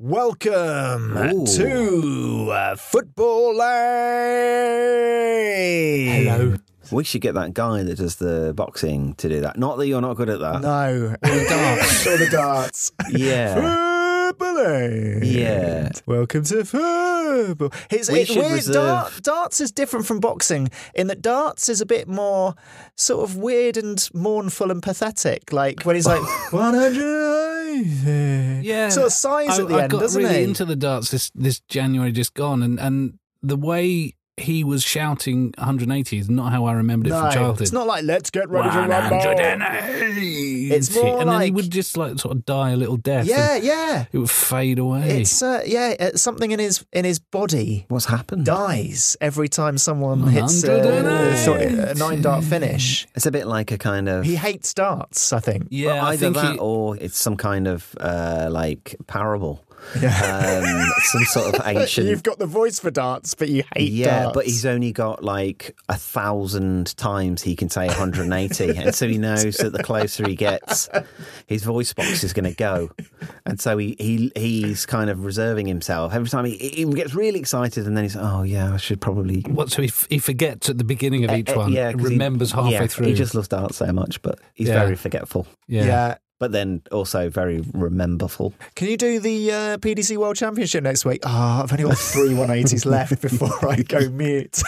Welcome Ooh. to uh, Football Lane. Hello. We should get that guy that does the boxing to do that. Not that you're not good at that. No, all the darts. Uh, all the darts. Yeah. Football Lane. Yeah. Welcome to football. It's, We it's should weird. reserve- Dart, darts is different from boxing in that darts is a bit more sort of weird and mournful and pathetic. Like when he's like one hundred. Yeah, Sort of sighs I, at the I end, got doesn't really he? into the darts this this January just gone, and and the way he was shouting 180 is not how I remembered it No, from childhood. it's not like let's get ready to rumble. 180. It's more and then he like- would just like sort of die a little death. Yeah, and yeah. it would fade away. It's uh, yeah, uh, something in his in his body What's happened? dies every time someone hits uh, 108. sort of a nine dart finish. It's a bit like a kind of. He hates darts, I think. yeah, well, I either think that he- or it's some kind of uh, like parable. Um, some sort of ancient. You've got the voice for darts, but you hate yeah, darts. but he's only got like a thousand times he can say 180, and so he knows that the closer he gets, his voice box is going to go, and so he, he he's kind of reserving himself every time he, he gets really excited, and then he's oh yeah, I should probably what, so he, f- he forgets at the beginning of each Eh, eh, one. yeah, 'cause he- remembers halfway yeah, through. He just loves art so much, but he's Yeah. very forgetful, yeah. but then also very rememberful. Can you do the uh, PDC World Championship next week? Ah, I've only got three 180s left before I go mute.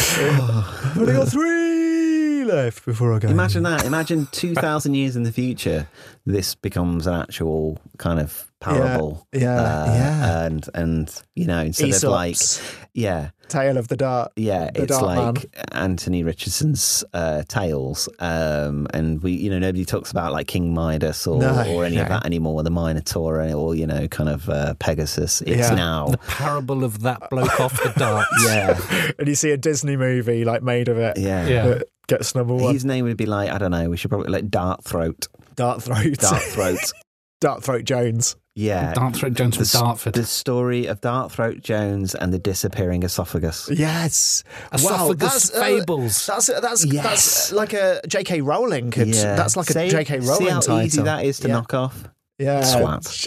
I've only got three left before I go. Imagine that. Imagine 2,000 years in the future, this becomes an actual kind of parable. uh, yeah, yeah. And, and you know, instead of like, Aesop's yeah, Tale of the Dart. yeah, The it's Dart Man. like Anthony Richardson's uh, tales. Um, and we, you know, nobody talks about like King Midas or, No, or any of no. that anymore, the Minotaur or, you know, kind of uh, Pegasus. It's Yeah. now. The parable of that bloke off the darts. Yeah. And you see a Disney movie like made of it Yeah. Yeah. that gets number one. His name would be like, I don't know, we should probably like Dart Throat. Dart Throat. Dart Dart, Throat. Throat Jones. Yeah. Dartford Jones the, from s- Dartford. the story of Dart Throat Jones and the disappearing esophagus. Yes. Esophagus fables. That's uh, that's Yes. that's like a J.K. Rowling could. That's like a See- J.K. Rowling See how title. easy that is to yeah. Uh, knock off. Yeah. Swat.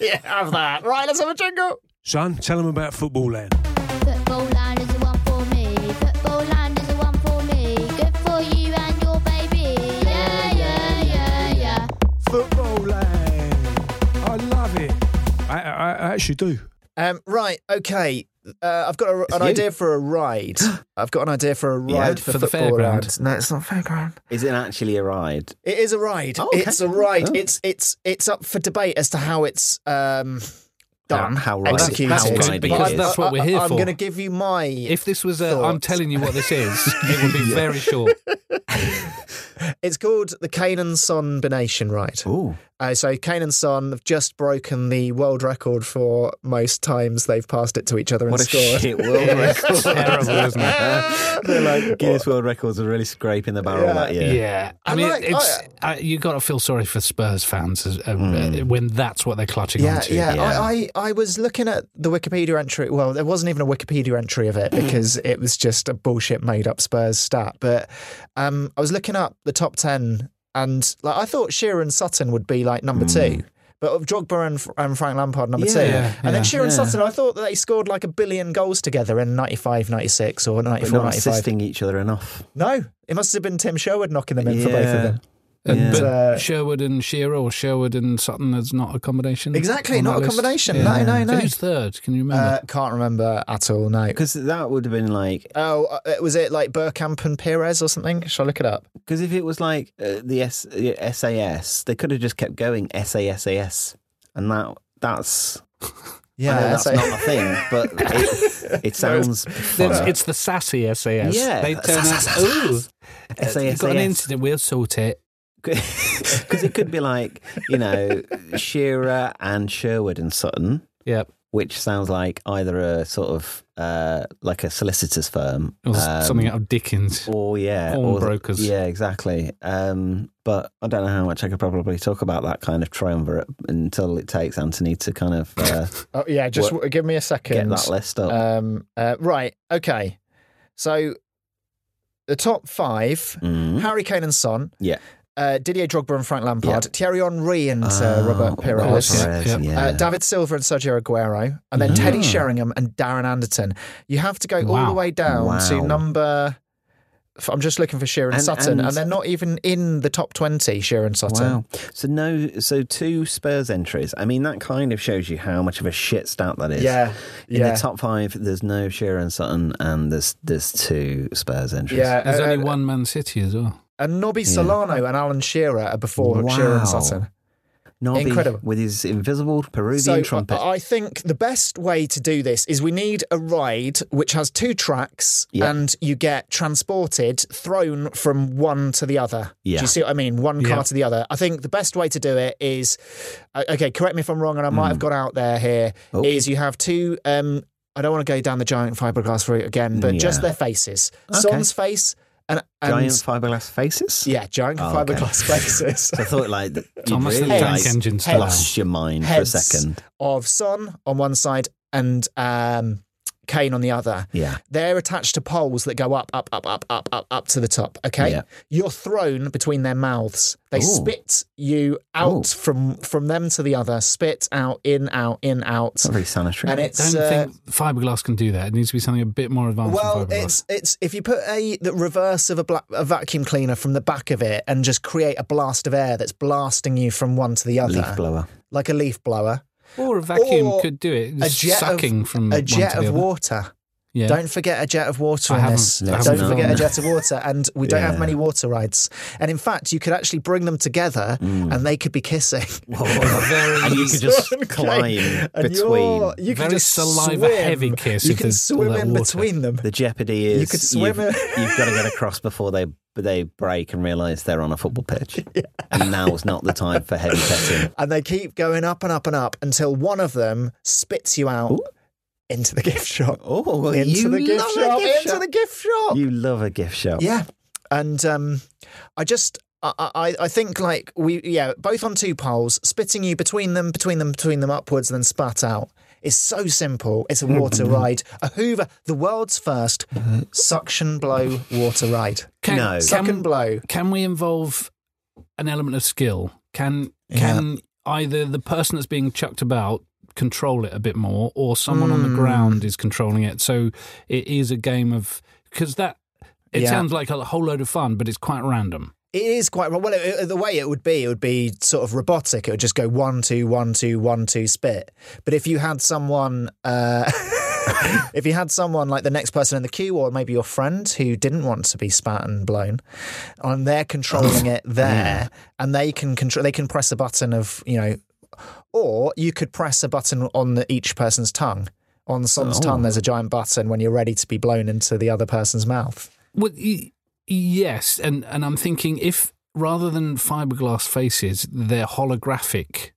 yeah, have that. Right, let's have a jingle. Son, tell them about Football Land. Football line is the one for me. Football line is the one for me. Good for you and your baby. Yeah, yeah, yeah, yeah. Football Land. I love it. I, I, I actually do. Um, right, okay. Uh, I've got a, an you. idea for a ride. I've got an idea for a ride Yeah, for, for the football fairground. land. No, it's not fairground. Is it actually a ride? It is a ride. Oh, okay. It's a ride. Oh. It's it's it's up for debate as to how it's um, done. how ride- executed. how ride it Because I- is. that's what we're here I, I'm for. going to give you my. if this was a, I'm Thoughts. telling you what this is, it would be very short. It's called the Kane and Son Bination ride. Ooh. Uh, so Kane and Son have just broken the world record for most times they've passed it to each other and What a scored. shit world record. terrible, isn't it? They're like, Guinness World Records are really scraping the barrel Yeah. that year. Yeah, I, I mean, like- oh, it's I, you got to feel sorry for Spurs fans as, uh, uh, when that's what they're clutching Hmm. Yeah, onto. yeah. yeah. I, I, I was looking at the Wikipedia entry. Well, there wasn't even a Wikipedia entry of it Mm-hmm. because it was just a bullshit made up Spurs stat. But um, I was looking up the top 10 and like I thought Shearer and Sutton would be like number two. But of Drogba and, and Frank Lampard, number two. Yeah, and yeah, then Shearer and Mm. yeah. Sutton, I thought that they scored like a billion goals together in 95, 96 or But 94, not 95. assisting each other enough. No, it must have been Tim Sherwood knocking them in for both Yeah. of them. And, Yeah. but Uh, Sherwood and Shearer or Sherwood and Sutton is not a combination. Exactly, on not that a list? combination. No, no, So no. who's third? Can Uh, you remember? can't remember at all. No. Because that would have been like, Oh, uh, was it like Burkamp and Perez or something? Shall I look it up? because if it was like uh, the S, the SAS, they could have just kept going SAS, and that that's I know that's so- not a thing, but it, it sounds. it's, fun. it's the sassy SAS. Yeah. They turn out, ooh, Uh, SAS. you've got an incident, we'll sort it. Because it could be like, you know, Shearer and Sherwood and Sutton, Yep. which sounds like either a sort of uh, like a solicitor's firm Or s- um, something out of uh, Dickens. Or yeah, or Pawnbrokers. Yeah, exactly. Um, but I don't know how much I could probably talk about that kind of triumvirate until it takes Anthony to kind of uh, Oh, yeah, just What- w- give me a second. get that list up. Um, uh, right. Okay. So the top five: Mm. Harry Kane and Son, Yeah, uh, Didier Drogba and Frank Lampard, Thierry Henry and uh, Oh, Robert Pires, Robert Pires, Yep. yeah. uh, David Silva and Sergio Aguero, and then Teddy Sheringham and Darren Anderton. You have to go all Wow. the way down to Wow. number. f- I'm just looking for Sheeran and And- Sutton, and, and- they're not even in the top twenty. Sheeran Sutton. Wow. So no, so two Spurs entries. I mean, that kind of shows you how much of a shit stout that is. Yeah, In yeah. the top five, there's no Shearer and Sutton, and there's there's two Spurs entries. Yeah, There's uh, only uh, one Man City as well. And Nobby Solano and Alan Shearer are before Wow. Shearer and Sutton. Nobby Incredible. with his invisible Peruvian So uh, trumpet. I I think the best way to do this is we need a ride which has two tracks Yeah. and you get transported, thrown from one to the other. Do Yeah. you see what I mean? One car Yeah. to the other. I think the best way to do it is, uh, okay, correct me if I'm wrong, and I might have got out there here. Is Hmm. Oh. you have two, um, I don't want to go down the giant fiberglass route again, but just Yeah. their faces. Okay. Son's face and, and Giant fiberglass faces. yeah, giant Oh, okay. fiberglass faces. So I thought like that you'd Thomas the really Tank like, Engine style. lost your mind heads for a second. of Son on one side and um, Kane on the other. Yeah. They're attached to poles that go up, up, up, up, up, up, up to the top. Okay, Yeah. you're thrown between their mouths. They Ooh. spit you out Ooh. from from them to the other. Spit out, in, out, in, out, Not very sanitary. and Don't it's. uh, think fiberglass can do that. It needs to be something a bit more advanced well, than fiberglass. it's it's if you put a the reverse of a, bla- a vacuum cleaner from the back of it and just create a blast of air that's blasting you from one to the other, leaf blower. like a leaf blower, or a vacuum or could do it. a Just jet of- sucking from a Mm, one jet to the of other. water. Yeah. Don't forget a jet of water I in haven't- this. I Don't haven't known. forget a jet of water. And we don't have Yeah. many water rides. And in fact, you could actually bring them together and they could be kissing. Mm. very and you could just climb And between. you're- you could Very just saliva swim. heavy kiss You if can there's all swim that in water. between them. The jeopardy is You could swim have it. you've got to get across before they they break and realise they're on a football pitch. And now is not the time for heavy petting. And they keep going up and up and up until one of them spits you out into the gift shop. Oh, well, into you the gift love a shop. gift into shop. the gift shop. You love a gift shop. Yeah, and um, I just I, I I think like we yeah both on two poles, spitting you between them, between them, between them upwards, and then spat out. It's so simple. It's a water ride, a Hoover, the world's first suction blow water ride. Can, No. Suck can, and blow. can we involve an element of skill? Can can either the person that's being chucked about control it a bit more, or someone on the Mm. ground is controlling it? So it is a game of because that it Yeah. sounds like a whole load of fun, but it's quite random. It is quite well. It, it- the way it would be, it would be sort of robotic. It would just go one, two, one, two, one, two, spit. But if you had someone, uh, if you had someone like the next person in the queue, or maybe your friend who didn't want to be spat and blown, and they're controlling it there, and they can control, they can press a button of you know, or you could press a button on the, each person's tongue. On Son's tongue, there's a giant button when you're ready to be blown into the other person's mouth. Well, y- yes, and and I'm thinking if rather than fiberglass faces, they're holographic.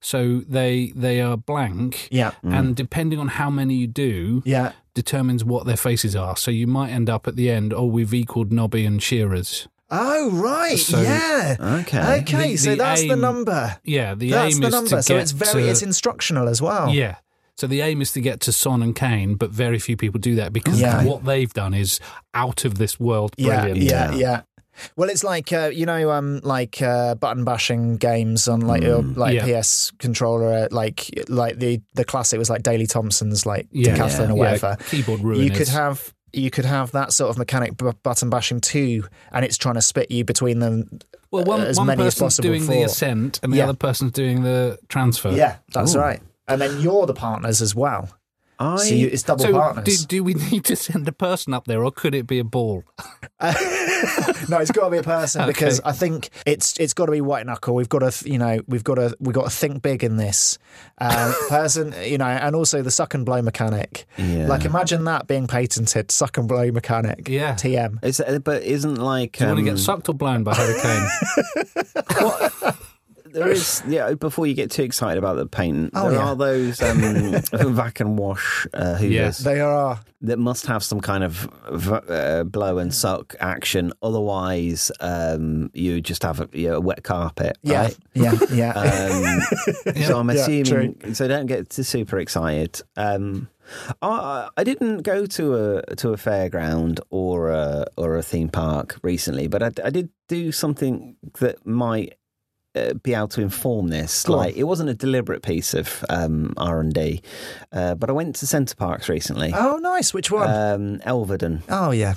So they they are blank. Yeah. Mm. And depending on how many you do, Yeah. determines what their faces are. So you might end up at the end, oh, we've equaled Nobby and Shearers. Oh right, So- yeah. Okay. Okay, The- so the that's the aim- number. Yeah, the that's aim the is number. to so get it's very to, it's instructional as well. yeah. So the aim is to get to Son and Kane, but very few people do that because Yeah. what they've done is out of this world Yeah, brilliant. yeah, Yeah. yeah. Well, it's like uh, you know, um, like uh, button bashing games on like your like Yeah. PS controller, uh, like like the the classic was like Daley Thompson's like Yeah. Decathlon Yeah. or whatever. Yeah, keyboard You ruiners. could have you could have that sort of mechanic b- button bashing too, and it's trying to spit you between them. Well, one, uh, as one many as person's possible doing the for- ascent and the Yeah. other person's doing the transfer. Yeah, that's Ooh. right. And then you're the partners as well. I so you, it's double So, do, partners. do we need to send a person up there, or could it be a ball? no, it's got to be a person Okay. because I think it's it's got to be white knuckle. We've got to, you know, we've got to we've got to think big in this um, person, you know, and also the suck and blow mechanic. Yeah. Like imagine that being patented, suck and blow mechanic. Yeah. TM. It's, uh, but isn't like Do you want to um, get sucked or blown by Hurricane? there is yeah. Before you get too excited about the paint, Oh, there yeah. are those um, vac and wash uh, hoovers Yes. They are. that must have some kind of v- uh, blow and suck action. Otherwise, um, you just have a, you know, a wet carpet. Yeah. right? Yeah. Yeah. Um, So I'm Yeah, assuming. so don't get too super excited. Um, I, I didn't go to a to a fairground or a or a theme park recently, but I, I did do something that might uh, be able to inform this. Go on. like it wasn't a deliberate piece of um, R and D, uh, but I went to Centre Parks recently. oh, nice. Which one? Um, Elverdon, oh, yeah.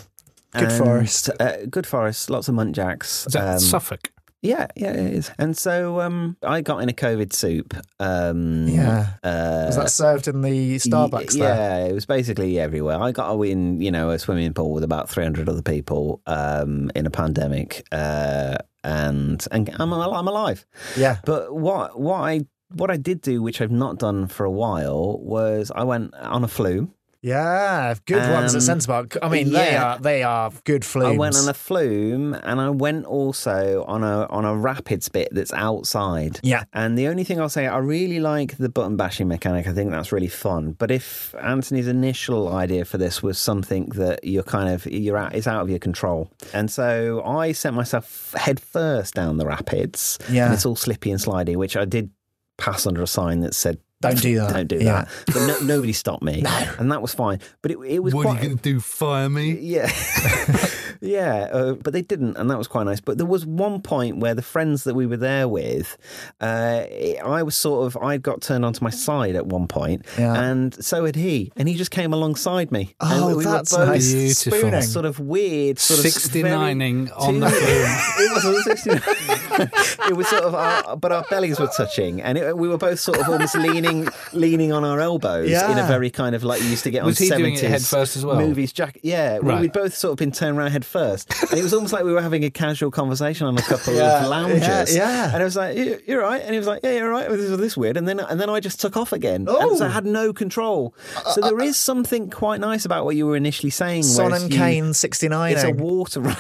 Good And, forest. uh, good forest, lots of muntjacs. Is that um, Suffolk? yeah, yeah, it is. And so um, I got in a COVID soup. Um, Yeah. Uh, Was that served in the Starbucks y- there? Yeah, it was basically everywhere. I got in, you know, a swimming pool with about 300 other people um, in a pandemic, uh, and and I'm al- I'm alive. Yeah. But what what I what I did do, which I've not done for a while, was I went on a flume. Yeah. Good ones at Um, Centre Park. I mean, they yeah. are they are good flumes. I went on a flume, and I went also on a on a rapids bit that's outside. Yeah. And the only thing I'll say, I really like the button bashing mechanic. I think that's really fun. But if Anthony's initial idea for this was something that you're kind of you're out, it's out of your control, and so I sent myself head first down the rapids. Yeah. And it's all slippy and slidey, which I did pass under a sign that said. Don't do that. Don't do Yeah. that. But no, nobody stopped me, and that was fine. But it, it was What quite are you going to do? Fire me? yeah. yeah. Uh, but they didn't. And that was quite nice. But there was one point where the friends that we were there with, uh, I was sort of, I got turned onto my side at one point, Yeah. And so had he. And he just came alongside me. Oh, and we that's were both nice. Beautiful. Spooning. Sort of weird, sort of s- very- 69ing on the Dude, flume. it was all 69. it was sort of, our, but our bellies were touching, and it, we were both sort of almost leaning, leaning on our elbows in a Yeah. very kind of like you used to get Was on he 70s doing it head first as well? Movies, Jack. Yeah, we, Right. we'd both sort of been turned around head first, and it was almost like we were having a casual conversation on a couple Yeah, of lounges. yeah, yeah. and I was like, "You- "You're right," and he was like, "Yeah, you're right." This is this weird, and then and then I just took off again, and so I Oh. had no control. So Uh, there is something quite nice about what you were initially saying. Son whereas and you- Kane 69. It's a water run.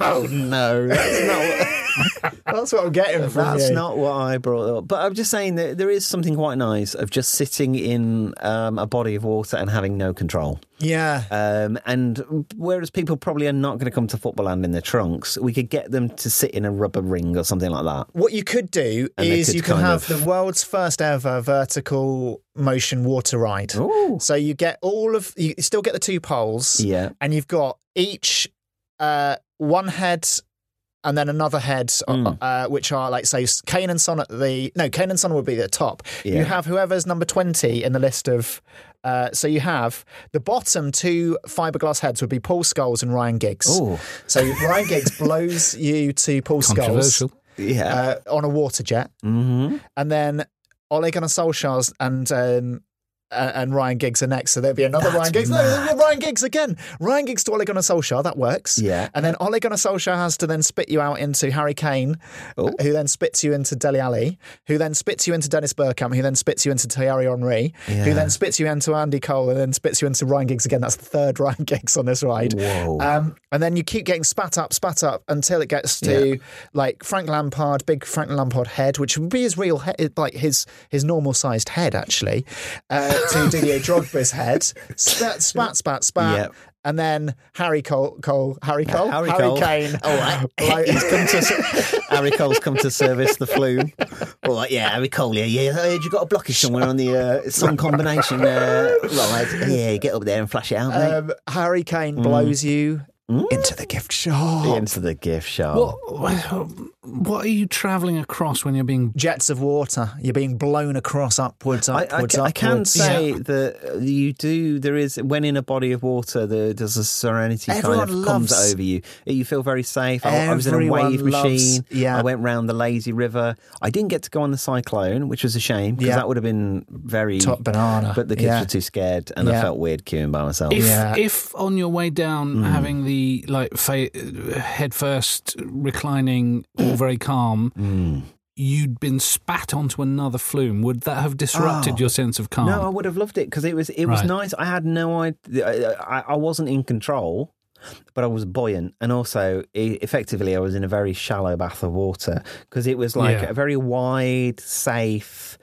oh no, that's not. What, That's what I'm getting from that's you. not what I brought up. But I'm just saying that there is something quite nice of just sitting in um, a body of water and having no control. Yeah. Um, and whereas people probably are not going to come to Football Land in their trunks, we could get them to sit in a rubber ring or something like that. what you could do And they is could you can kind have of- the world's first ever vertical motion water ride. Ooh. So you get all of you still get the two poles, Yeah. and you've got each uh, one head and then another head, uh, Mm. uh, which are like say Kane and Son at the no Kane and Son would be at the top. Yeah. You have whoever's number twenty in the list of. Uh, so you have the bottom two fiberglass heads would be Paul Skulls and Ryan Giggs. Ooh. So Ryan Giggs blows you to Paul Skulls Controversial. Yeah. uh, on a water jet, hmm and then Ole Gunnar Solskjaer's and um, uh, and Ryan Giggs are next, so there'd be another Ryan Giggs. No, Ryan Giggs again. Ryan Giggs to Ole Gunnar Solskjaer, that works. Yeah. and then Ole Gunnar Solskjaer has to then spit you out into Harry Kane, Oh. who then spits you into Deli Ali, who then spits you into Dennis Burkham, who then spits you into Thierry Henry, Yeah. who then spits you into Andy Cole, and then spits you into Ryan Giggs again. That's the third Ryan Giggs on this ride. Whoa. Um, and then you keep getting spat up, spat up until it gets to like Frank Lampard, big Frank Lampard head, which would be his real head, like his his normal sized head actually, uh, to Didier Drogba's head. Spat, spat, spat, spat. Yep. And then Harry Cole, Cole Oh, Harry Cole, Harry Cole. Kane. Oh, All right. Like- He's come to. Harry Cole's come to service the flume. All right, yeah, Harry Cole. Yeah, yeah. I heard you got a blockage somewhere on the uh, some combination uh, ride. Yeah, get up there and flash it out, mate. um, Harry Kane blows you Mm. into the gift shop. Into the gift shop. What, what are you traveling across when you're being Jets of water. You're being blown across, upwards, I, I upwards, ca- I can upwards. say that you do. There is when in a body of water, there does a serenity Everyone kind of comes loves- over you. You feel very safe. I, I was in a Everyone wave loves- machine. yeah. I went round the lazy river. I didn't get to go on the cyclone, which was a shame because Yeah. that would have been very Top banana. But the kids Yeah. were too scared, and I Yeah. felt weird queuing by myself. Ah, If, Yeah. if on your way down, Hmm. having the like fa- head first reclining, all very calm, Hmm. you'd been spat onto another flume, would that have disrupted your sense of calm? Oh. No, I would have loved it because it was it was Oh. Right. nice. I had no idea. I, I- I wasn't in control, but I was buoyant, and also e effectively I was in a very shallow bath of water because it was like Yeah. a very wide, safe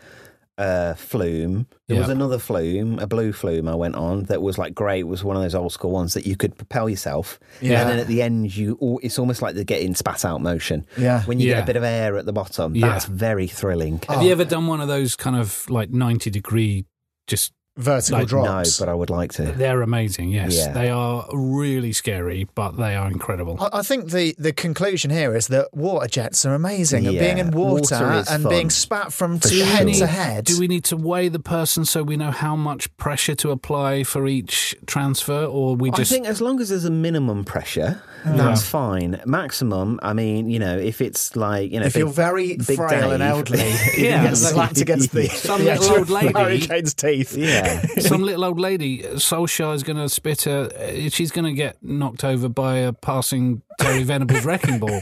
uh flume there was Yeah. another flume a blue flume i went on that was like great It was one of those old school ones that you could propel yourself Yeah. and then at the end you al- it's almost like the getting spat out motion Yeah. Oh, when you get Yeah. a bit of air at the bottom Yeah. that's very thrilling have you ever done one of those kind of like ninety degree? Just Vertical Like, drops. no but i would like to they're amazing. Yes, Yeah. they are really scary, but they are incredible. I I think the, the conclusion here is that water jets are amazing, and Yeah, being in water, water is and fun. being spat from For to sure. head Do to head. Do we need to weigh the person so we know how much pressure to apply for each transfer, or we just I think as long as there's a minimum pressure, that's fine. Maximum, I mean, you know, if it's like you know, if big- you're very big frail Dave- and elderly, you Yeah, get slapped against the, Some the little actual old lady. hurricane's teeth. yeah, Some little old lady, Solskjaer is going to spit her. uh, She's going to get knocked over by a passing Terry Venables wrecking ball.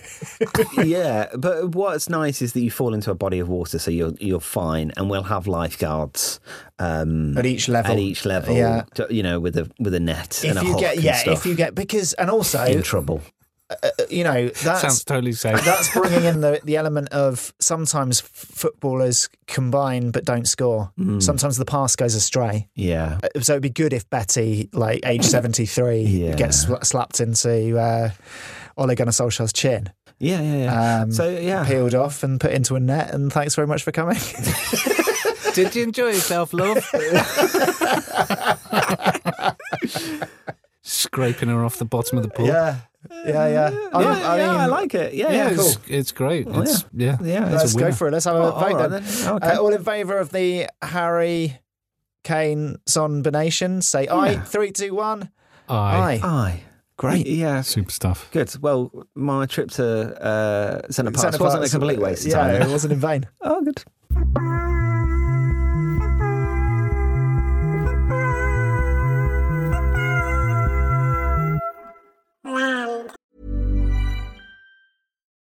yeah. But what's nice is that you fall into a body of water, so you're you're fine, and we'll have lifeguards um, At each level. at each level. Yeah. to- you know, with a with a net and If a you hook get, and yeah, stuff. if you get, because, and also, in trouble, you know, that's. Sounds totally safe. that's bringing in the, the element of sometimes f- footballers combine but don't score. Mm. Sometimes the pass goes astray. Uh, yeah. So it'd be good if Betty, like age 73, Yeah. gets sla- slapped into uh, Ole Gunnar Solskjaer's chin, Yeah, yeah, yeah. Um, so yeah, peeled off and put into a net. And thanks very much for coming. Did you enjoy yourself, love? Scraping her off the bottom of the pool. yeah. Yeah, yeah. yeah, I, yeah, I like it. Yeah, yeah, cool. it's, it's great. It's, yeah, Yeah, it's a Let's go winner. for it. Let's have a Oh, all vote right then. then. Okay. Uh, all in favour of the Harry Kane Sonbination, say aye. Three, two, one. Aye. Aye. Aye. Ah, Great. Yeah, Super stuff. Good. Well, my trip to uh, Centre Park Centre wasn't a parts- complete waste of Yeah, time. it wasn't in vain. Oh, good.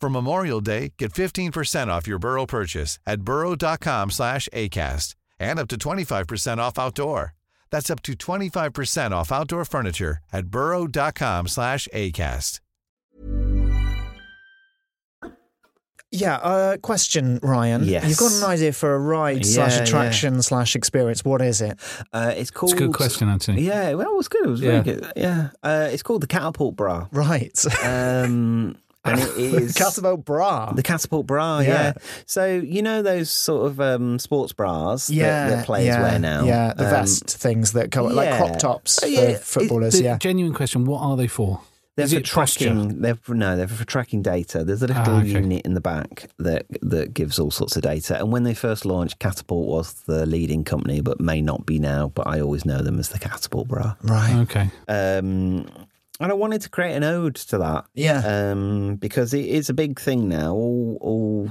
For Memorial Day, get 15% off your Burrow purchase at burrow.com slash ACAST and up to 25% off outdoor. That's up to 25% off outdoor furniture at burrow.com slash ACAST. Yeah, uh, question, Ryan. Yes. You've got an idea for a ride slash Yeah, attraction slash experience. What is it? Uh, it's called. It's a good question, Anthony. Yeah, well, it was good. It was Yeah. very good. Yeah, uh, it's called the catapult bra. Right. Um, and it is Catapult bra. The catapult bra, yeah. Yeah. So you know those sort of um, sports bras that, that players yeah, wear now. Yeah, the Um, vest things that go like yeah. crop tops Oh, yeah. for footballers. The yeah, Genuine question: What are they for? They're Is for it posture? tracking. They're for, no, they're for tracking data. There's a little Ah, okay. unit in the back that that gives all sorts of data. And when they first launched, Catapult was the leading company, but may not be now. But I always know them as the Catapult bra. right. Okay. Um, and I wanted to create an ode to that. Yeah. Um, because it is a big thing now. All all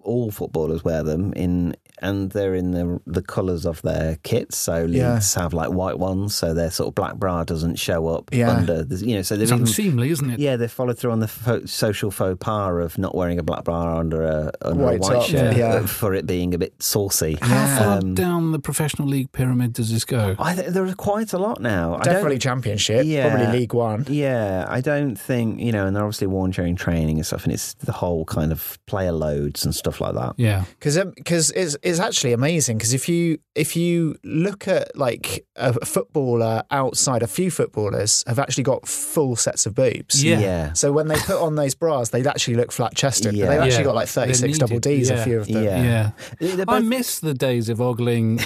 all footballers wear them in, and they're in the the colours of their kits. So Yeah. Leeds have like white ones, so their sort of black bra doesn't show up Yeah. under. The, you know, so they've It's even, unseemly, isn't it? yeah, they followed through on the fo- social faux pas of not wearing a black bra under a under White a white top, shirt yeah. for it being a bit saucy. How far Um, down the professional league pyramid does this go? I, th- there are quite a lot now. I don't- Definitely championship. Yeah. Probably League One. Yeah, I don't think you know, and they're obviously worn during training and stuff, and it's the whole kind of player loads and stuff like that. Yeah. Because because um, it's it's actually amazing. Because if you if you look at like a footballer outside, a few footballers have actually got full sets of boobs. Yeah. yeah, So when they put on those bras, they actually look flat chested. Yeah. They've actually Yeah. got like They're thirty six double needed. Ds. Yeah. A few of them. Yeah. Yeah. They're I both- miss the days of ogling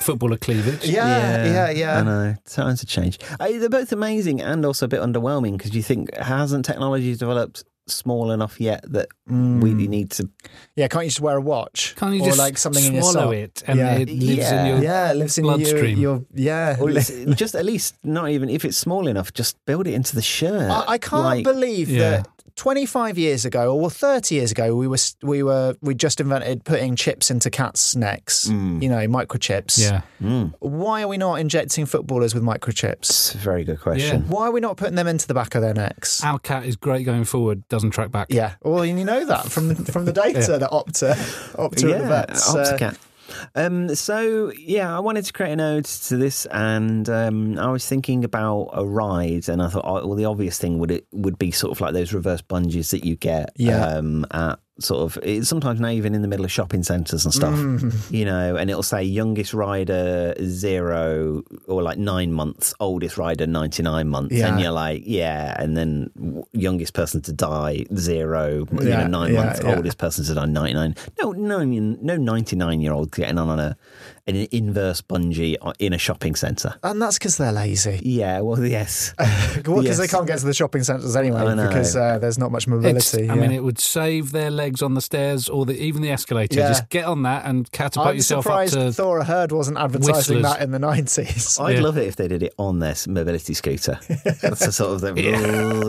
footballer cleavage. Yeah, yeah, I yeah. know times have changed. I, they're both amazing and also a bit underwhelming because you think hasn't technology developed small enough yet that Hmm. we need to? Yeah, can't you just wear a watch? Can't you or just like something in your swallow sock? it and yeah. it lives in Yeah. your yeah, it lives in your, bloodstream? your yeah. Or it's- just at least not even if it's small enough, just build it into the shirt. I, I can't Like, believe Uh, Yeah. that 25 years ago, or well, 30 years ago, we were we were we just invented putting chips into cats' necks. You know, microchips. Mm. yeah. Why are we not injecting footballers with microchips? It's a very good question. Why are we not putting them into the back of their necks? Our cat is great going forward, doesn't track back. yeah, well, you know that from from the data that Opta, Opta at the vets, uh, Opticat. Um, so yeah, I wanted to create an ode to this, and um, I was thinking about a ride, and I thought, oh, well, the obvious thing would it would be sort of like those reverse bungees that you get, Yeah. um, at sort of it, sometimes now even in the middle of shopping centres and stuff, Mm. you know, and it'll say youngest rider zero or like nine months, oldest rider ninety nine months, and Yeah. you're like, yeah, and then w- youngest person to die zero, you know, Yeah, nine yeah, months yeah. oldest person said I'm 99. No, no, no, 99 year old getting on a an inverse bungee in a shopping centre. and that's because they're lazy. Yeah, well, yes, Because Yes. they can't get to the shopping centres anyway, I know. because uh, there's not much It's- mobility. I mean, yeah. it would save their legs on the stairs or the, even the escalator. Yeah. Just get on that and catapult I'm yourself up surprised to. Thora Heard wasn't advertising Whistlers. that in the 90s. I'd Yeah. love it if they did it on their s- mobility scooter. That's the sort of thing.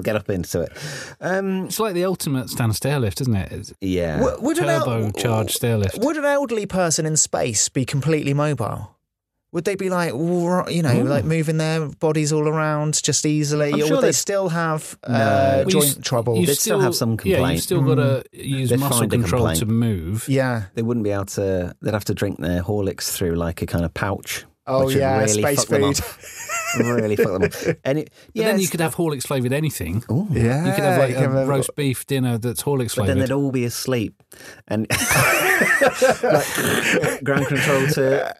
get up into it. Um, it's like the ultimate stand stair lift, isn't it? It's yeah, Would, would an el- turbocharged stair lift. Would an elderly person in space be completely mobile? Would they be like, wr- you know, like moving their bodies all around just easily, I'm or sure would they they'd- still have uh, No. Well, you joint s- trouble? you They'd still have some Yeah, complaint. you've still got to use They'd muscle find a control to complaint. move. yeah. they wouldn't be able to. They'd have to drink their Horlicks through like a kind of pouch. Oh, which would yeah, really space fuck them food. up. really fuck them up. And it, But yeah, then you it's- could have Horlicks flavoured anything. Ooh. Yeah. You could have like you could a um, roast beef dinner that's Horlicks But then flavoured. they'd all be asleep, and like, ground control to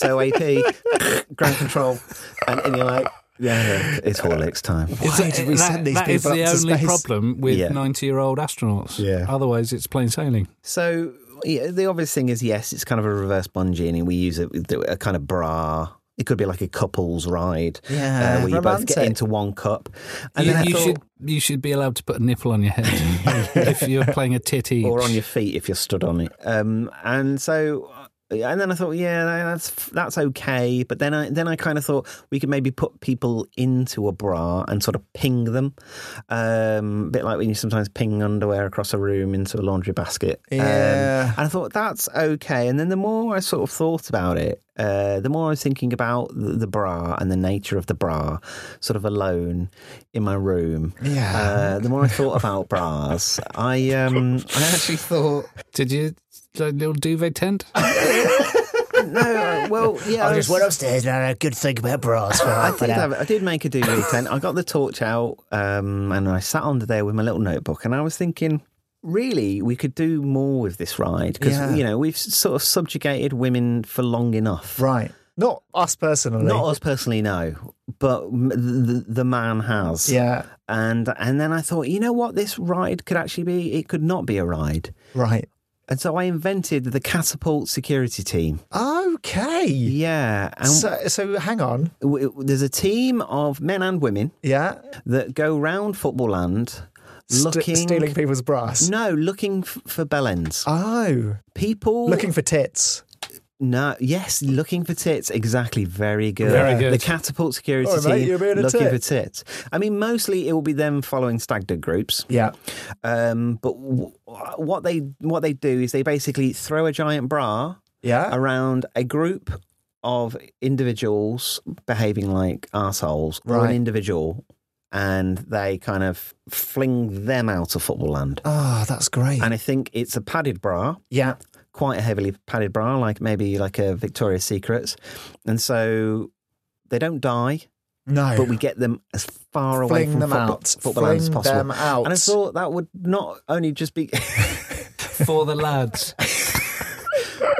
ISSOAP, ground control, and, and you're like, yeah, yeah, it's Horlicks time. Why did we that, send these that is people the up to only space? problem with Yeah. 90 year old astronauts. Yeah. Otherwise, it's plain sailing. So yeah, the obvious thing is, yes, it's kind of a reverse bungee, and we use a, a kind of bra It could be like a couple's ride, Yeah, uh, where you both get romantic. into one cup, and you then I you thought- should you should be allowed to put a nipple on your head if you're playing a titty or on your feet if you're stood on it. Um, and so, uh, and then I thought, yeah, that's that's okay. But then I then I kind of thought we could maybe put people into a bra and sort of ping them, um, a bit like when you sometimes ping underwear across a room into a laundry basket. Um, Yeah. and I thought that's okay. And then the more I sort of thought about it, uh, the more I was thinking about the, the bra and the nature of the bra, sort of alone in my room. Yeah. Uh, the more I thought about bras, I um, I actually thought Did you like little duvet tent? no. uh, Well, yeah, I, was- upstairs and I had a good think about bras for I did, have, I did make a DVD tent. I got the torch out um, and I sat under there with my little notebook and I was thinking, really, we could do more with this ride because, Yeah. you know, we've s- sort of subjugated women for long enough. Right. Not us personally. Not us personally, no, but m- the, the man has. Yeah. And, and then I thought, you know what? This ride could actually be, it could not be a ride. Right. And so I invented the catapult security team. Okay. Yeah. And So, so hang on. w- w- there's a team of men and women Yeah. that go round football land St- looking stealing people's brass. no looking f- for bell ends Oh. people Looking for tits. no yes looking for tits exactly very good Very good. the catapult security All right, mate, team you're being a looking tit. for tits i mean mostly it will be them following stag do groups Yeah. um, but w- what they what they do is they basically throw a giant bra Yeah. around a group of individuals behaving like arseholes or an Right. individual and they kind of fling them out of football land. Oh, that's great. And I think it's a padded bra, yeah. quite a heavily padded bra, like maybe like a Victoria's Secrets. And so they don't die, No. but we get them as far away Fling from them football, out. football land as Fling possible. them out. And I thought that would not only just be For the lads.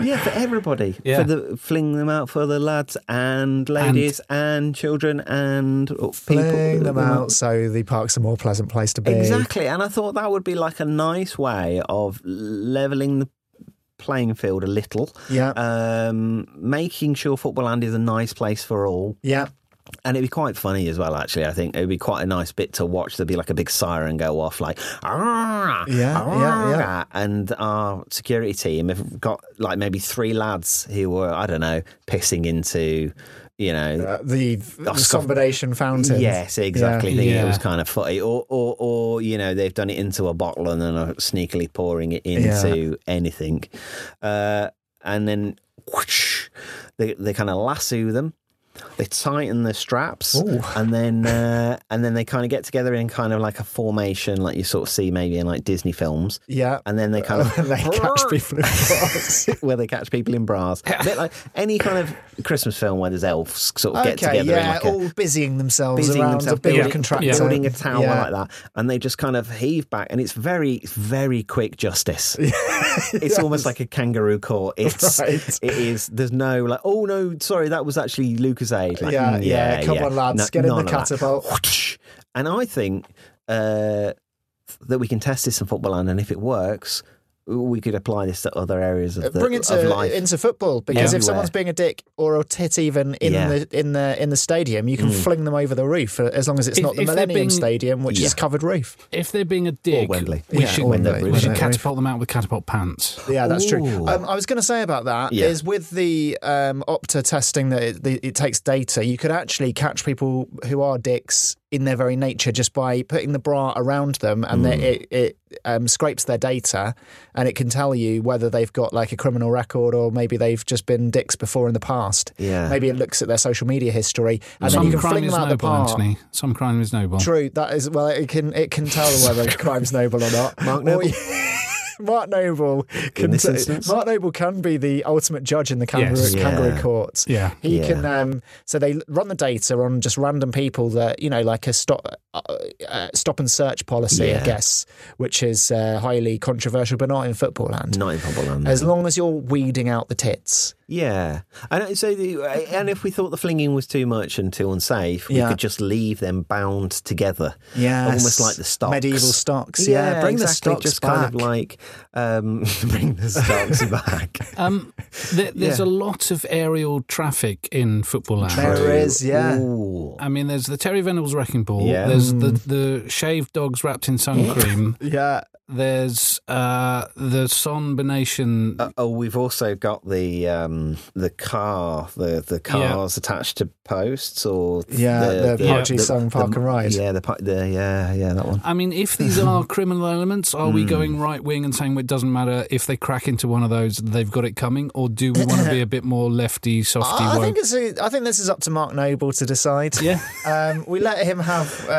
Yeah, for everybody. Yeah. For the fling them out for the lads and ladies and, children and people. Fling them out so the park's a more pleasant place to be. Exactly. And I thought that would be like a nice way of leveling the playing field a little. Yeah. Um, making sure football land is a nice place for all. Yeah. And it'd be quite funny as well, actually. I think it'd be quite a nice bit to watch. There'd be like a big siren go off, like, "Arrgh, Yeah, yeah, yeah. arrgh." And our security team have got like maybe three lads who were, I don't know, pissing into, you know. Uh, the the Scott- combination fountain. Yes, exactly. uh, Yeah. Thinking Yeah. It was kind of funny, or, or, or you know, they've done it into a bottle and then are sneakily pouring it into anything, uh, and then whoosh, they they kind of lasso them, they tighten the straps, Ooh. and then uh, and then they kind of get together in kind of like a formation, like you sort of see maybe in like Disney films, Yeah. and then they kind of they catch people in bras. where they catch people in bras, a bit like any kind of Christmas film where there's elves sort of get okay, together in yeah, like a, all busying themselves busying around themselves a building building, contractor. building a tower Yeah. like that, and they just kind of heave back, and it's very, very quick justice. It's almost like a kangaroo court. It's Right. it is. There's no like, oh no, sorry, that was actually Lucas Aid. Like, Yeah, mm, yeah, come on, lads, get in the none of that. catapult. Whoosh. And I think uh, that we can test this in football land, and if it works. We could apply this to other areas of, the, Uh, bring it of to, life. into football because Yeah. if someone's being a dick or a tit even in Yeah. Mm. the in the in the stadium, you can fling them over the roof uh, as long as it's If- not the if they're Millennium being- Stadium, which is covered roof. If they're being a dick, Wembley. we Yeah, should, or Wembley. we should Wembley. catapult them out with catapult pants. Yeah, that's Ooh. true. Um, I was going to say about that is Yeah. with the um, Opta testing that it, the, it takes data, you could actually catch people who are dicks in their very nature just by putting the bra around them, and Mm. then it, it um, scrapes their data, and it can tell you whether they've got like a criminal record or maybe they've just been dicks before in the past. Yeah. Mm. maybe it looks at their social media history, and then Some you can crime fling is them out the noble, park. Anthony. Some crime is noble. True, that is well. It can it can tell whether a crime's noble or not. Mark Or- Noble? Mark Noble can this t- instance? Mark Noble can be the ultimate judge in the kangaroo, Yes. Yeah. kangaroo courts. Yeah. He Yeah. can. Um, so they run the data on just random people that you know, like a stop, uh, uh, stop and search policy, I Yeah. guess, which is uh, highly controversial, but not in football land. not in football land. As long as you're weeding out the tits, Yeah, and uh, so the, and if we thought the flinging was too much and too unsafe, we Yeah. could just leave them bound together. Yes. almost like the stocks, Medieval stocks, yeah. Bring the exactly. stocks just kind of back. like um, bring the Starks back. Um, there, there's Yeah. a lot of aerial traffic in football land. There True. is, yeah. Um, Ooh. I mean, there's the Terry Venables wrecking ball. Yeah. Mm. There's the, the shaved dogs wrapped in sun cream. Yeah. There's uh, the sonbination. Uh, oh, we've also got the um, the car, the the cars attached to posts, or Yeah, the Pardew Sung Park and Ride. Yeah, the, par- the yeah yeah that one. I mean, if these are criminal elements, are Mm. we going right wing and saying well, it doesn't matter if they crack into one of those, they've got it coming, or do we want to be a bit more lefty, softy, I, I woke? think it's a, I think this is up to Mark Noble to decide. Yeah. Um, we let him have. Uh,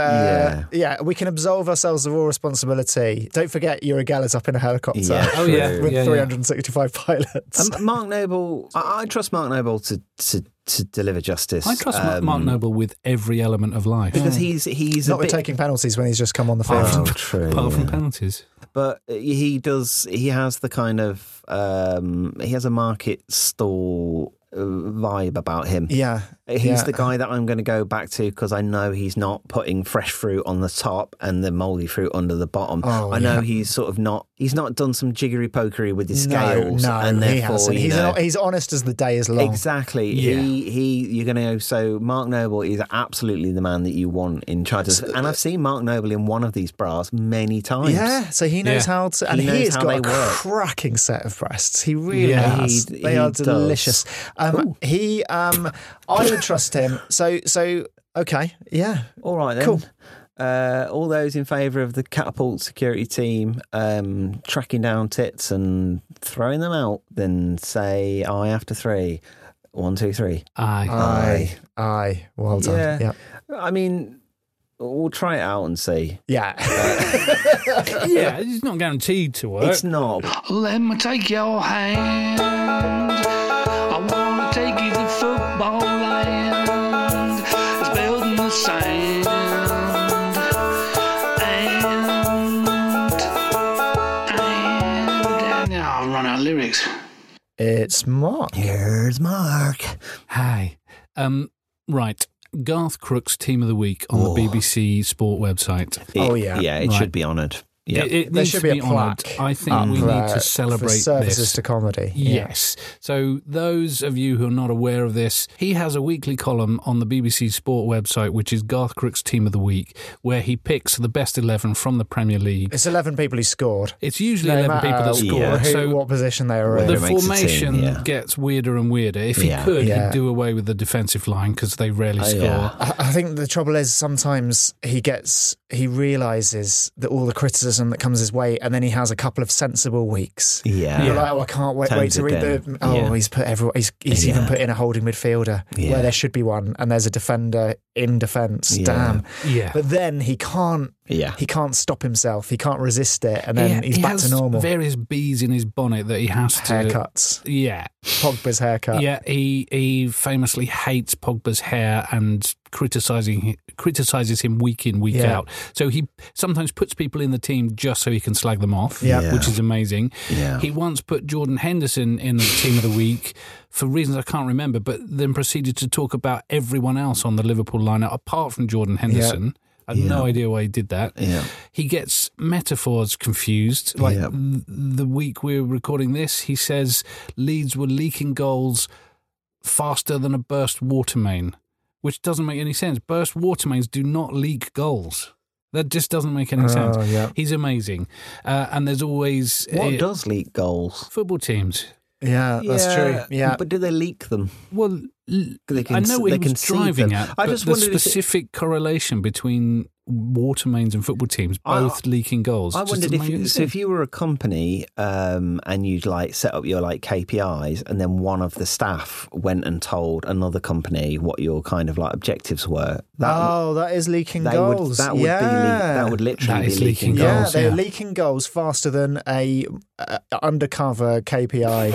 Yeah. yeah. We can absolve ourselves of all responsibility. Don't forget, you're a Gallus up in a helicopter. Yeah, Oh, yeah. true. With Yeah, yeah. 365 pilots. Um, Mark Noble, I, I trust Mark Noble to to, to deliver justice. I trust Mark- um, Mark Noble with every element of life, because he's he's Not a bit with taking penalties when he's just come on the field. Oh, true. apart from yeah. penalties. but he does he has the kind of um he has a market stall uh, vibe about him Yeah. he's yeah. the guy that i'm going to go back to because i know he's not putting fresh fruit on the top and the moldy fruit under the bottom Oh, i know yeah. he's sort of not he's not done some jiggery pokery with his No, scales no, and he therefore hasn't. you He's, know, not- he's honest as the day is long. Exactly. He he. You're going to know. So Mark Noble is absolutely the man that you want in charge of. And I've seen Mark Noble in one of these bras many times. Yeah, so he knows Yeah. how to, and He he, knows has how got a they work. cracking set of breasts. He really Yeah, has. he- they he are does. delicious. Um, he, um, I would trust him. So, so okay, yeah, All right then. Cool. Uh, all those in favour of the catapult security team um, tracking down tits and throwing them out, then say aye after three. One, two, three. Aye. Aye. aye, aye, well done. Yeah. Yeah, yeah. I mean, we'll try it out and see. yeah, it's not guaranteed to work. It's not. Let me take your hand. I wanna take you to football land. It's built in the sand. And, and, and I'll run out of lyrics. it's Mark. Here's Mark. Hi. Um, right. Garth Crooks Team of the Week on Oh. the BBC Sport website. Oh, It- yeah. Yeah, it Right. should be honoured. Yeah. It, it There needs should to be be, a honoured. plaque I think we up, need uh, to celebrate for services this. to comedy. Yeah. Yes. So, those of you who are not aware of this, he has a weekly column on the BBC Sport website, which is Garth Crooks Team of the Week, where he picks the best 11 from the Premier League. it's eleven people who scored. It's usually No 11 people matter that score. Yeah. Who, So, what position they were Well, in? the Whoever makes the team, formation yeah. gets weirder and weirder. If Yeah. he could, Yeah. he'd do away with the defensive line because they rarely Oh, score. yeah. I I think the trouble is sometimes he gets he realizes that all the criticism that comes his way, and then he has a couple of sensible weeks. Yeah. You're like, oh, I can't wait, wait Tones to it read down. the. Oh, Yeah. he's put everyone. He's, he's even Yeah. put in a holding midfielder Yeah. where there should be one, and there's a defender in defence. Yeah. Damn. Yeah. But then he can't. Yeah. He can't stop himself. He can't resist it, and then He- he's he back has to normal. Various bees in his bonnet that he has to Haircuts. Yeah, Pogba's haircut. yeah. He he famously hates Pogba's hair and criticizing criticizes him week in week Yeah. out. So he sometimes puts people in the team just so he can slag them off. Yeah. Yeah. which is amazing. Yeah. He once put Jordan Henderson in the team of the week for reasons I can't remember, but then proceeded to talk about everyone else on the Liverpool lineup apart from Jordan Henderson. I have no idea why he did that. Yeah. He gets metaphors confused. Like Yeah. th- the week we're recording this, he says Leeds were leaking goals faster than a burst water main, which doesn't make any sense. Burst water mains do not leak goals. That just doesn't make any Oh, sense. yeah. He's amazing. Uh, and there's always What uh, does leak goals? football teams. Yeah, that's true. Yeah, But do they leak them? Well, l- They can- I know what they he can was see driving them. at. I but just the wondered if it- specific correlation between water mains and football teams, I- both leaking goals. I Just wondered doesn't make any if so sense. if you were a company um, and you'd like set up your like KPIs and then one of the staff went and told another company what your kind of like objectives were. Ah, oh, that is leaking they would goals. that would yeah. be leak, that would literally That be is leaking leaking goals. Yeah, goals, they're yeah. leaking goals faster than a uh, undercover KPI.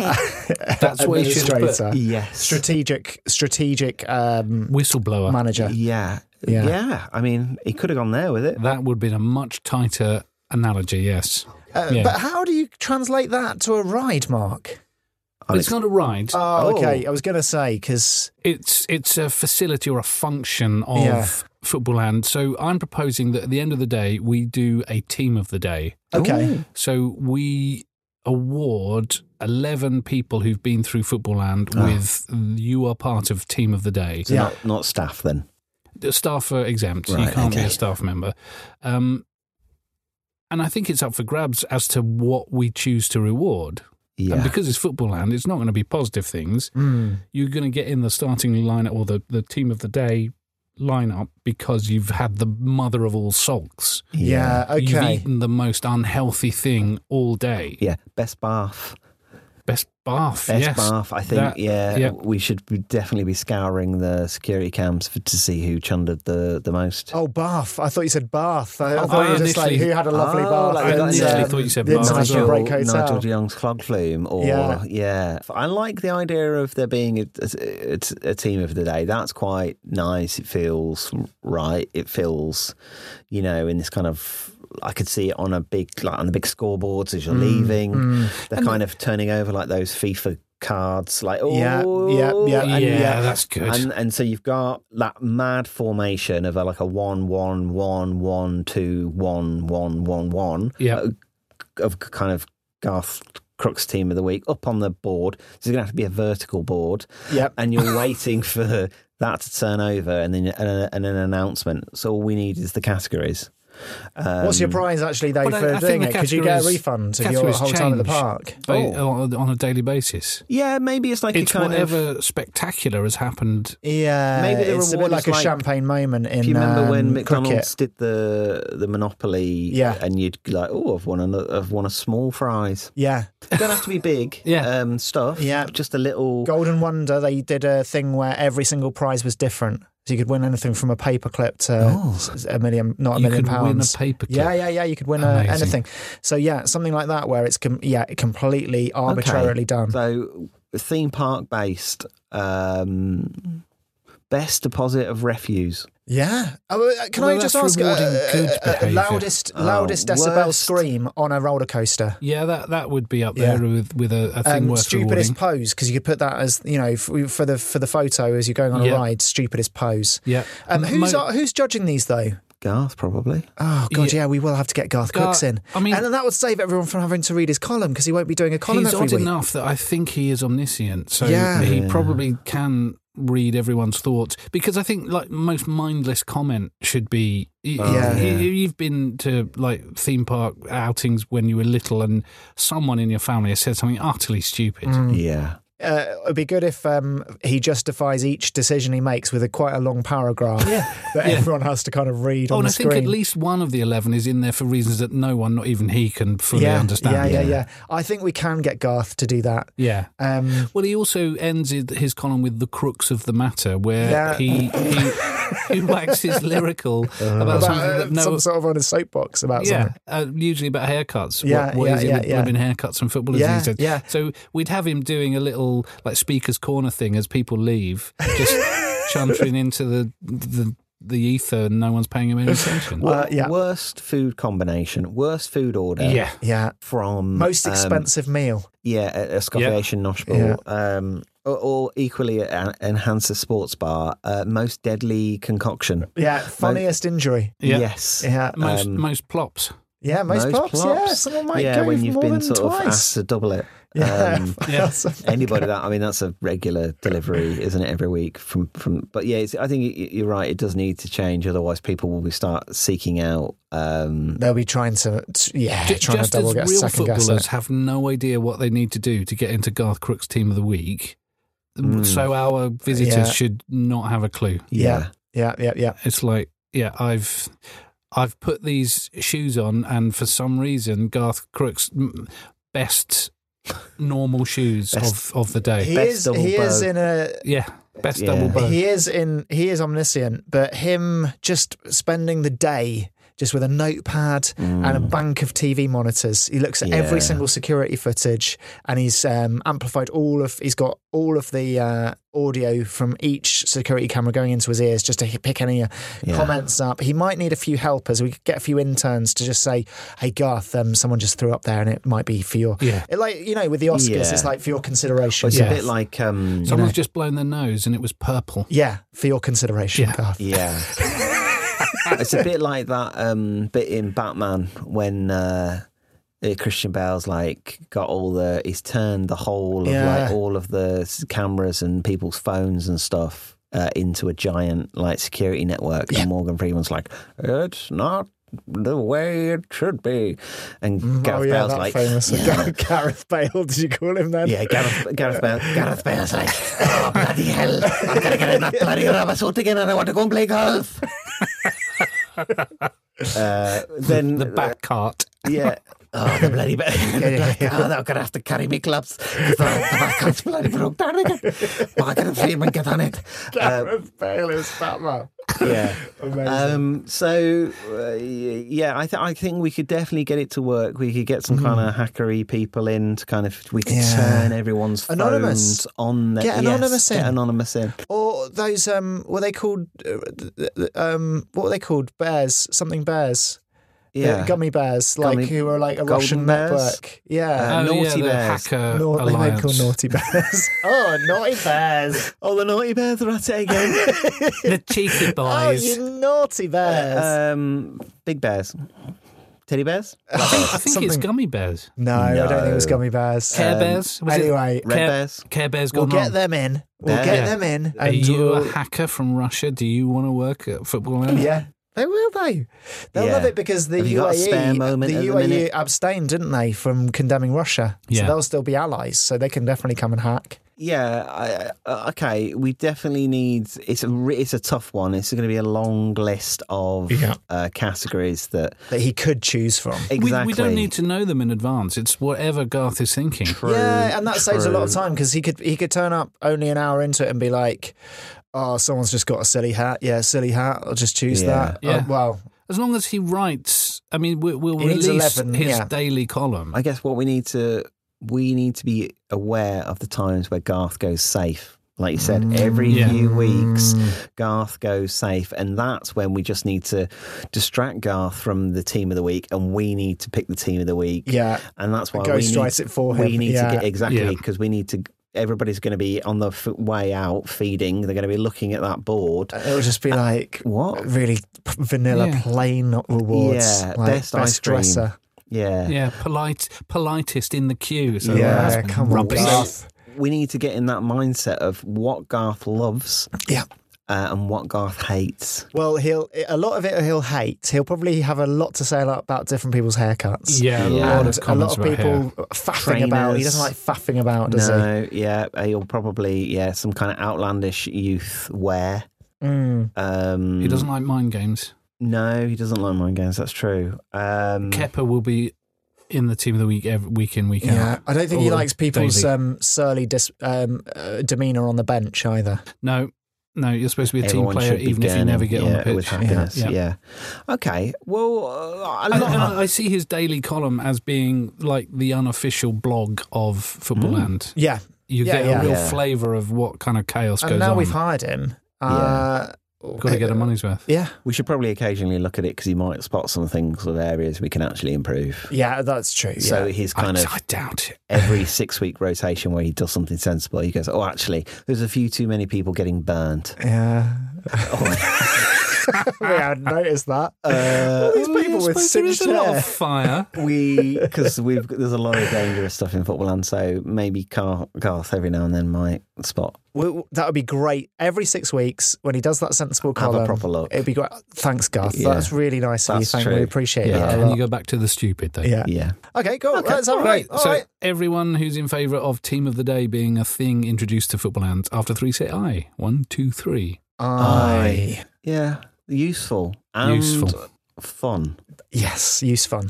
That's what you should put. administrator. Yes. Strategic, strategic um, Whistleblower. manager. Yeah. yeah. Yeah. I mean, he could have gone there with it. That would have been a much tighter analogy, yes. Uh, yeah. But how do you translate that to a ride, Mark? It's not a ride. Uh, Oh, okay. I was going to say, because it's it's a facility or a function of Yeah. football land. So I'm proposing that at the end of the day we do a team of the day. Okay. So we award 11 people who've been through football land Ah. with you are part of team of the day. So not, not staff then. The staff are exempt. you Right, can't be okay. a staff member. Um, and I think it's up for grabs as to what we choose to reward. And Yeah. Mm. because it's football land, it's not going to be positive things. You're going to get in the starting lineup or the, the team of the day lineup because you've had the mother of all sulks. yeah, You've okay. eaten the most unhealthy thing all day. yeah. Best bath. Best bath. Best yes. bath. I think, That- yeah, yeah. we should be- definitely be scouring the security cams for, to see who chundered the, the most. Oh, bath. I thought you said bath. I, I Oh, thought you were just like, initially- who had a lovely bath? I at, initially thought you said Oh, the bath as International well. Break Hotel. Nigel de Jong's clog plume, or Yeah. yeah. I like the idea of there being a, a, a- a team of the day. That's quite nice. It feels right. It feels, you know, in this kind of. I could see it on a big, like on the big scoreboards as you're Mm, leaving. They're kind of turning over like those FIFA cards, like oh, Yeah, yeah, yeah, and- yeah, that's good. and and so you've got that mad formation of a, like a one one one one two one one one one. Yeah. uh, Of kind of Garth Crooks team of the week up on the board. So it's going to have to be a vertical board. Yep. And you're waiting for that to turn over and then and, and an announcement. So all we need is the categories. Um, What's your prize actually though Um, But I- for I doing think it? the Could you get a categories- refund if you're a categories whole time at the change park? ba- on, on a daily basis. Yeah, maybe it's oh. like It's a kind of. whatever spectacular has happened. Yeah, Maybe the uh, it's a bit reward is like a like- champagne moment in. Do you remember when um, McDonald's cricket. did the the Monopoly? Yeah. and you'd be like, oh, I've won a, I've won a small fries. Yeah, Don't have to be big. Yeah. um, stuff. Yeah. just a little. Golden Wonder, they did a thing where every single prize was different. So you could win anything from a paperclip to s- a million, not a You million could win a pounds. paperclip. Yeah, yeah, yeah. You could win a, Amazing. anything. So yeah, something like that where it's com- yeah completely arbitrarily done. So theme park based. Um, best deposit of refuse. Yeah. Oh, uh, can Well, I just that's ask uh, rewarding uh, good uh, uh, behaviour. loudest loudest Oh, decibel worst. scream on a roller coaster? Yeah, that, that would be up there Yeah. with, with a, a thing Um, worth stupidest rewarding. pose because you could put that as you know for, for the for the photo as you're going on Yeah. a ride. Stupidest pose. Yeah. Um, M- who's mo- uh, who's judging these though? Garth probably. Oh god, yeah. Yeah. we will have to get Garth Gar- Cooks in. I mean- and then that would save everyone from having to read his column because he won't be doing a column He's every odd week. enough that I think he is omniscient, so Yeah. he probably can read everyone's thoughts. Because I think like most mindless comment should be. y- y- Oh, Yeah. y- you've been to like theme park outings when you were little, and someone in your family has said something utterly stupid. Mm. Yeah. Uh, it'd be good if um, he justifies each decision he makes with a quite a long paragraph that everyone has to kind of read Oh, on and the I screen. think at least one of the eleven is in there for reasons that no one, not even he, can fully yeah, understand. yeah, yeah, yeah. I think we can get Garth to do that. Yeah. Um, Well, he also ends it- his column with the crux of the matter, where Yeah. he he, he waxes lyrical about, about, something uh, that no some sort of on a soapbox about yeah, something. uh, usually about haircuts. Yeah, what, what yeah, is it yeah, with yeah. blooming haircuts and football Yeah, these days? yeah. So we'd have him doing a little like speaker's corner thing as people leave, just chuntering into the the the ether, and no one's paying him any attention. Uh, yeah. Worst food combination. Worst food order. yeah, Yeah. From Most um, expensive meal. Yeah, a, a Scottish and Nosh Yeah. Ball. Um, or, or equally an Enhancer Sports Bar. Uh, most deadly concoction. Yeah. Funniest injury. Yeah. Yes. Yeah. most um, most plops. Yeah. Most, pops, Yeah. Someone might yeah, go when for you've more been than sort twice. of asked to double it. Yeah. Um, Yeah. anybody that I mean, that's a regular delivery, isn't it? Every week from from. But yeah, it's, I think y- you're right. It does need to change, otherwise people will be start seeking out. Um, They'll be trying to, t- yeah, Ju- trying to just double as get real second guess. footballers At. have no idea what they need to do to get into Garth Crooks' team of the week, so our visitors Hmm. Yeah. should not have a clue. Yeah. Yeah, yeah, yeah. It's like, yeah, I've I've put these shoes on, and for some reason, Garth Crooks' m- best normal shoes Best. of of the day. He Best is, double he is bow. in a, yeah, best Yeah. double bow. he is in, he is omniscient, but him just spending the day just with a notepad and Mm, a bank of TV monitors. He looks at every Yeah. single security footage, and he's um, amplified all of. He's got all of the uh, audio from each security camera going into his ears, just to h- pick any uh, Yeah. comments up. He might need a few helpers. We could get a few interns to just say, "Hey, Garth, um, someone just threw up there, and it might be for your." Yeah. It, like you know, with the Oscars, Yeah. it's like for your consideration. It's Yeah. a bit like um, Someone's just blown their nose and it was purple. Yeah, for your consideration, Garth. Yeah. it's a bit like that um, bit in Batman when uh, uh, Christian Bale's like got all the he's turned the whole of Yeah. like all of the s- cameras and people's phones and stuff uh, into a giant like security network, and Morgan Freeman's like, it's not. The way it should be, and Gareth oh yeah, Bale's that like, famous yeah, Gareth Bale. Did you call him then? yeah, Gareth, Gareth Bale. Gareth Bale's like, oh, bloody hell. I'm going to get in that bloody rubber suit again and I want to go and play golf. uh, then, The back cart. yeah. Oh, the bloody bit. Oh, they're going to have to carry me clubs. 'cause The, "Oh, the back hand's bloody broke down again. Morgan Freeman, get on it. Uh, Gareth Bale is Batman. yeah. Amazing. Um, so, uh, yeah, I, th- I think we could definitely get it to work. We could get some kind of hackery people in to kind of, we could Hmm. Yeah. turn everyone's Anonymous. phones on their Get anonymous yes, in. Get anonymous in. or those um, were they called? Uh, th- th- um, what were they called? Bears, something bears. Yeah. Uh, gummy bears, like Gummy- who are like a golden Russian bears? network. Yeah, Uh, oh, yeah, Naughty the Bears. hacker Nau- they might alliance. call naughty bears. oh, naughty bears! Oh, the naughty bears are at it again. the cheeky Oh, boys. you naughty bears! um, big bears, teddy bears, I think, I think it's Uh, Something- gummy bears. no, I don't think it was gummy bears. Care Um, bears? Was it- anyway, red Care- bears. Care Bears we'll gone get wrong. them in. We'll Yeah. get Yeah. them in. Are you a we'll- hacker from Russia? Do you want to work at Football Manager? Yeah. They will though. They'll Yeah. love it because the Have you got a UAE, spare moment the at the UAE minute? abstained, didn't they, from condemning Russia? So Yeah. they'll still be allies, so they can definitely come and hack. Yeah, I, uh, okay. We definitely need. It's a re- it's a tough one. It's going to be a long list of Yeah. uh, categories that That he could choose from. exactly. We, we don't need to know them in advance. It's whatever Garth is thinking. True, yeah, and that saves a lot of true. time because he could he could turn up only an hour into it and be like, "Oh, someone's just got a silly hat. Yeah, silly hat. I'll just choose Yeah. that. Oh, Yeah. well, As long as he writes, I mean, we, we'll He needs release 11, his yeah. daily column. I guess what we need to we need to be aware of the times where Garth goes safe. Like you mm. said, every Yeah. few weeks, Garth goes safe, and that's when we just need to distract Garth from the team of the week, and we need to pick the team of the week. Yeah. and that's why Go we need, strike it for We him. need Yeah. to get exactly Yeah. because we need to. Everybody's going to be on the f- way out feeding. They're going to be looking at that board. it'll just be like what? really p- vanilla Yeah. plain rewards. Yeah, like best ice cream. dresser. Yeah. Yeah, polite, politest in the queue. So yeah, that's come on, rubbish. Garth. we need to get in that mindset of what Garth loves Yeah. uh, and what Garth hates. Well, he'll a lot of it he'll hate. He'll probably have a lot to say about, about different people's haircuts. Yeah, a Yeah. lot And of a lot comments of about people hair. faffing about. He Trainers. doesn't like faffing about, does he? no, yeah, uh, he'll probably yeah some kind of outlandish youth wear. Mm. Um, He doesn't like mind games. No, he doesn't like mind games. That's true. Mm. Um, Kepper will be in the team of the week every week in week Yeah. out. I don't think he Or likes people's Oh, Daisy. um, surly dis- um, uh, demeanor on the bench either. no, no. You're supposed to be a team everyone player should be even if you gurning, never get on the yeah, pitch. with happiness. Yeah. Yeah. Okay. Well, uh, I I, love- I- I see his daily column as being like the unofficial blog of Football Land. Yeah, You Yeah, get yeah. a real Yeah. flavour of what kind of chaos and goes now on. we've hired him. Uh, Got to get a money's worth. Yeah, We should probably occasionally look at it because he might spot some things of areas we can actually improve. yeah, that's true. Yeah. So his kind I, of I doubt it. every six week rotation where he does something sensible, he goes, "Oh, actually, there's a few too many people getting burnt." yeah. yeah, I noticed that. All these people Well, yeah, I with suppose there is cinched a lot hair. of fire. We because we've there's a lot of dangerous stuff in football, and so maybe Gar- Garth every now and then might spot. We, that would be great. Every six weeks, when he does that sensible Have a column, proper look. It'd be great. Thanks, Garth. Yeah. That's really nice of you. That's Thank true. we appreciate Yeah, that. a and lot. you go back to the stupid thing. yeah. Yeah, Okay. Cool. That's all right. All so right. everyone who's in favour of team of the day being a thing introduced to football and after three say aye. One, two, three. Aye. yeah, useful and Useful. fun. Yes. Use fun.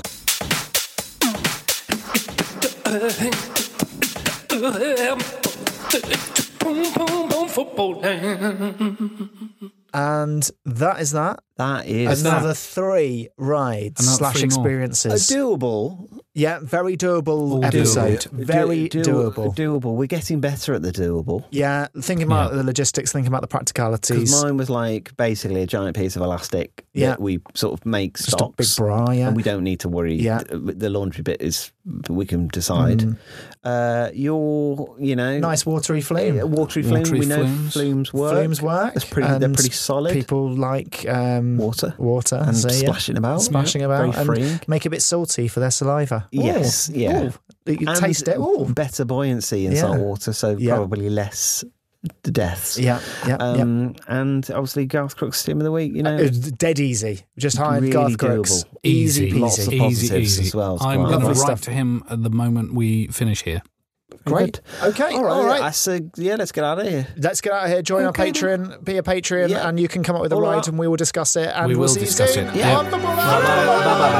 Boom, boom, boom, football land. And that is that. That is Another that. three rides Another slash three more. a experiences. doable yeah, very doable All doable. episode. Very do- do- doable. Doable. We're getting better at the doable. yeah, thinking about the logistics, thinking about the Because practicalities. mine was like basically a giant piece of elastic Yeah. that we sort of make Just a big stocks. bra, yeah. And we don't need to worry. Yeah. The the laundry bit is, we can decide. Uh, your, you know, Mm. nice watery flume. uh, watery flume. Watery we know flumes. flumes work. Flumes work. That's pretty, they're and pretty solid. People like um, Water. water and so, yeah. splashing about. smashing Very about, and freeing. make it a bit salty for their saliva. Ooh. Yes, yeah. Ooh. You can And taste it. Ooh. Better buoyancy in Yeah. salt water, so Yeah. probably less d- deaths. Yeah, yeah, yeah. Um, And obviously, Garth Crooks' team of the week, you know. It's Dead easy. Just hired really Garth Crooks. doable. Easy Lots of peasy. positives as well. It's I'm quite going to write nice. Lovely to him at the moment we finish here. Great. Okay. All right. All right. I said, yeah, let's get out of here. Let's get out of here. Join Okay our Patreon. Be a Patreon, Yeah. and you can come up with a All ride, right. and we will discuss it. And We we'll will see discuss you soon. it. Yeah. On the Bye-bye.